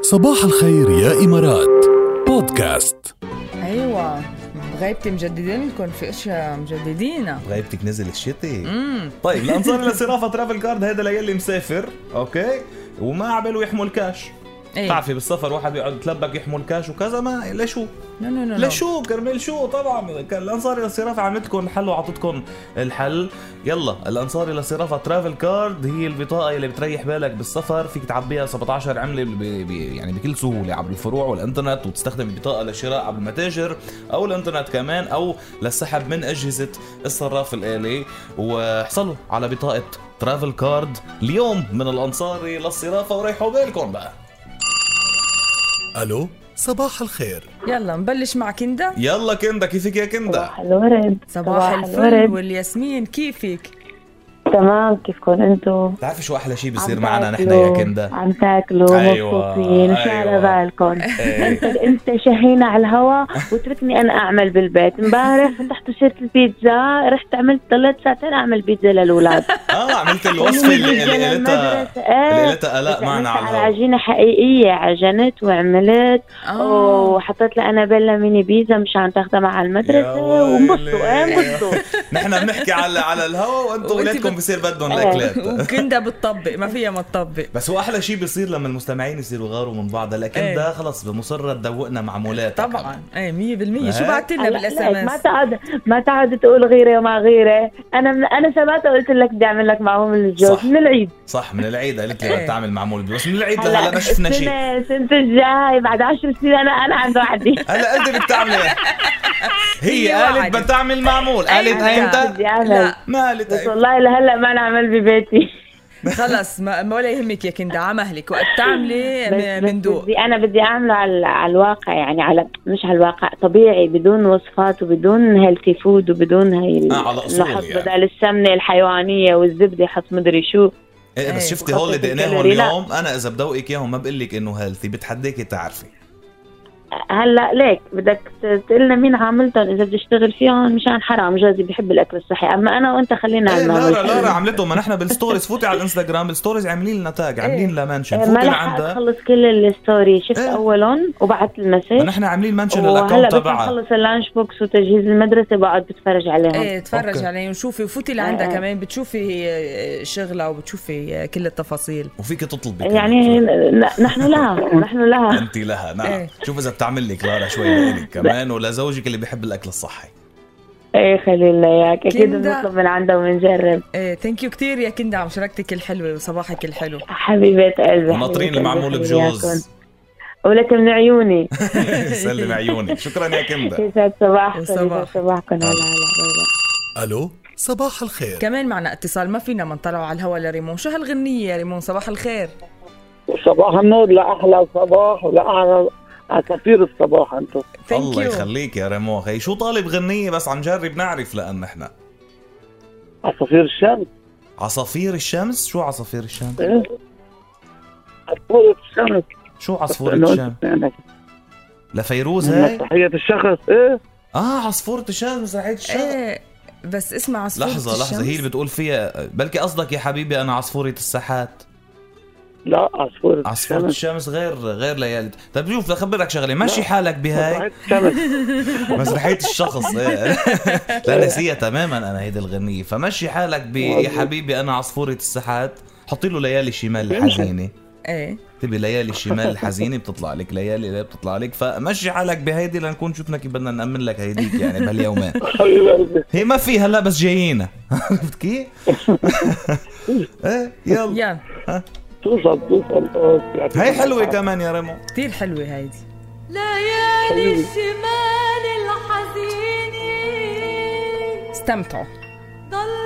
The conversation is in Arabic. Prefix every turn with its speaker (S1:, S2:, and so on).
S1: صباح الخير يا إمارات بودكاست
S2: ايوه بغيبتي مجددين لكم في اشياء مجددينها
S3: غايبتك نزل طيب الشتي طيب الانصار لصرافه ترافل كارد هيدا ليلي مسافر اوكي وما عباله يحمل كاش
S2: ايه
S3: بتعرفي بالسفر واحد بيقعد يتلبك يحمل كاش وكذا ما لشو
S2: نو نو نو نو.
S3: لشو كرمال شو طبعا كان الانصاري للصرافه عملت لكم الحل وعطتكم الحل يلا الانصاري للصرافه ترافل كارد هي البطاقه اللي بتريح بالك بالسفر فيك تعبيها 17 عمله ب- ب- يعني بكل سهوله عبر الفروع والانترنت وتستخدم البطاقه لشراء عبر المتاجر او الانترنت كمان او للسحب من اجهزه الصراف الالي واحصلوا على بطاقه ترافل كارد اليوم من الانصاري للصرافه وريحوا بالكم بقى
S1: ألو صباح الخير
S2: يلا نبلش مع كندا
S3: يلا كندا كيفك يا كندا
S4: صباح الورد
S2: صباح الفل والياسمين كيفك
S4: تمام كيفكم انتم
S3: بتعرفي شو احلى شيء بيصير
S4: عم
S3: معنا نحن
S4: تاكلوا-
S3: يا كندا
S4: عم تاكلوا
S3: أيوة،
S4: مبسوطين شو
S3: أيوة.
S4: على بالكم
S3: إيه.
S4: انت انت طيب، شهينا على الهوا وتركني انا اعمل بالبيت امبارح فتحت شيرة البيتزا رحت عملت ضليت ساعتين اعمل بيتزا للاولاد
S3: اه عملت الوصفه اللي اللي
S4: بيتزا
S3: قالتها
S4: للمدرسة، إيه.
S3: اللي قالتها الاء
S4: بس
S3: آه، معنا
S4: عملت
S3: على
S4: على
S3: الهواء.
S4: عجينه حقيقيه عجنت وعملت
S3: آه.
S2: اه
S4: وحطيت لها انابيلا ميني بيتزا مشان تاخذها مع المدرسه
S3: يا ويلي.
S4: وانبسطوا ايه انبسطوا
S3: نحن بنحكي على على الهواء وانتم
S2: وإنتي
S3: ولادكم
S2: بت-
S3: بصير بدهم
S4: آه.
S3: الاكلات
S2: وكندا بتطبق ما فيها ما تطبق
S3: بس هو احلى شيء بيصير لما المستمعين يصيروا غاروا من بعض لكن
S2: إيه.
S3: ده خلص مصرة تدوقنا معمولات
S2: طبعا ايه 100% شو
S3: إيه؟
S2: بعت لنا
S4: هلا
S2: بالاس
S4: ليك
S2: ام
S4: ما
S2: اس
S4: تقعد ما تقعد تقول غيره وما غيره انا من انا سمعتها قلت لك بدي اعمل لك معهم
S3: صح.
S4: الجوز من العيد
S3: صح من العيد قالت لي
S2: إيه.
S3: بدها تعمل معمول بس من العيد لهلا ما شفنا شيء
S4: السنة- السنه الجاي بعد 10 سنين انا انا عند وحدي
S3: هلا انت بدك تعملي هي
S2: هي
S3: قالت
S2: وعدت.
S3: بدها تعمل معمول قالت
S2: أيوة.
S3: امتى
S4: بدي اعمل
S2: لا
S3: ما قالت أيوة.
S4: بس
S3: أيمتى.
S4: والله لهلا ما انا عمل ببيتي
S2: خلص ما ما ولا يهمك يا كندا على مهلك وقت تعملي
S4: بس-
S2: م-
S4: بس
S2: بندوق
S4: بدي انا بدي اعمله على على الواقع يعني على مش على الواقع طبيعي بدون وصفات وبدون هيلثي فود وبدون هي ال-
S3: آه، على أصول
S4: إنه حط
S3: يعني.
S4: بدل السمنه الحيوانيه والزبده حط مدري شو
S3: ايه بس
S2: إيه.
S3: شفتي هول اللي
S4: وخفف
S3: دقناهم
S4: الكالوري، لا.
S3: اليوم انا اذا بدوقك اياهم ما بقول لك انه هيلثي بتحديكي تعرفي
S4: هلا ليك بدك ت- تقلنا مين عاملتهم اذا بدي اشتغل فيهم مشان حرام جوزي بيحب الاكل الصحي اما انا وانت خلينا على
S3: ايه
S4: المعمول.
S3: لارا لارا عملتهم ما نحن بالستوريز فوتي على الانستغرام بالستوريز عاملين لنا تاج عاملين لنا منشن
S4: إيه، ما
S3: فوتي
S4: لحقت
S3: لعندها
S4: اخلص كل الستوري شفت
S3: إيه.
S4: اولهم وبعت
S3: ما
S4: المسج
S3: نحن عاملين منشن
S4: وهلا
S3: للاكونت
S4: بس
S3: تبعها
S4: اخلص اللانش بوكس وتجهيز المدرسه بقعد بتفرج عليهم
S2: ايه تفرج
S3: أوكي.
S2: عليهم وشوفي وفوتي لعندها
S4: إيه.
S2: كمان بتشوفي آه، شغلها وبتشوفي آه، كل التفاصيل
S3: وفيك تطلبي كمان.
S4: يعني ن- نحن لها نحن لها
S3: انت لها
S2: إيه.
S3: نعم شوف اذا بتعمل لك لارا شوي لإلك كمان ولزوجك اللي بيحب الاكل الصحي
S4: ايه خلي لنا اياك اكيد
S2: كندا.
S4: بنطلب من عندها وبنجرب
S2: ايه ثانك يو كثير يا كندا على مشاركتك الحلوه وصباحك الحلو
S4: حبيبه قلبي
S3: وناطرين
S4: حبيبة
S3: المعمول
S4: قلبي،
S3: بجوز
S4: خلياكن. ولك من عيوني
S3: سلم عيونك شكرا يا كندا
S4: يسعد صباحكم
S2: وصباحك.
S4: يسعد صباحكم هلا هلا باي باي.
S1: ألو صباح الخير
S2: كمان معنا اتصال ما فينا ما نطلعوا على الهوا لريمون شو هالغنية يا ريمون صباح الخير
S5: صباح النور لاحلى صباح ولاحلى عصافير الصباح انتم
S2: ثانك
S3: الله
S2: يو
S3: يخليك يا ريمو هي شو طالب غنيه بس عم جرب نعرف لان نحن
S5: عصافير آه، الشمس
S3: عصافير الشمس شو عصافير الشمس
S5: إيه؟ عصفورة الشمس
S3: شو عصفورة
S5: إنه
S3: الشمس
S5: أنت يعني
S3: لفيروز
S5: من
S3: هاي
S5: تحية الشخص ايه
S3: اه عصفورة الشمس ريحة الشمس
S2: ايه بس اسمع عصفورة
S3: لحظة لحظة
S2: الشمس.
S3: هي اللي بتقول فيها بلكي قصدك يا حبيبي أنا عصفورة الساحات
S5: لا عصفورة
S3: عصفورة
S5: الشمس
S3: الشمس غير غير ليالي طيب شوف أخبرك شغلة ماشي
S5: لا.
S3: حالك بهاي
S5: مسرحية الشمس
S3: مسرحية الشخص إيه. لا نسيها تماما أنا هيدي الغنية فمشي حالك ب يا حبيبي أنا عصفورة الساحات حطي له ليالي شمال الحزينة
S2: ايه
S3: تبي ليالي شمال الحزينه بتطلع لك ليالي لا بتطلع لك فمشي حالك بهيدي لنكون شفنا كيف بدنا نامن لك هيديك يعني بهاليومين
S5: حبيب قلبي
S3: هي ما في هلا بس جايينا عرفت كيف؟ ايه يلا
S2: يلا
S5: توصل توصل
S3: هي حلوه كمان يا ريمو
S2: كثير حلوة هيدي
S6: ليالي الشمال الحزين
S2: استمتعوا
S6: ضل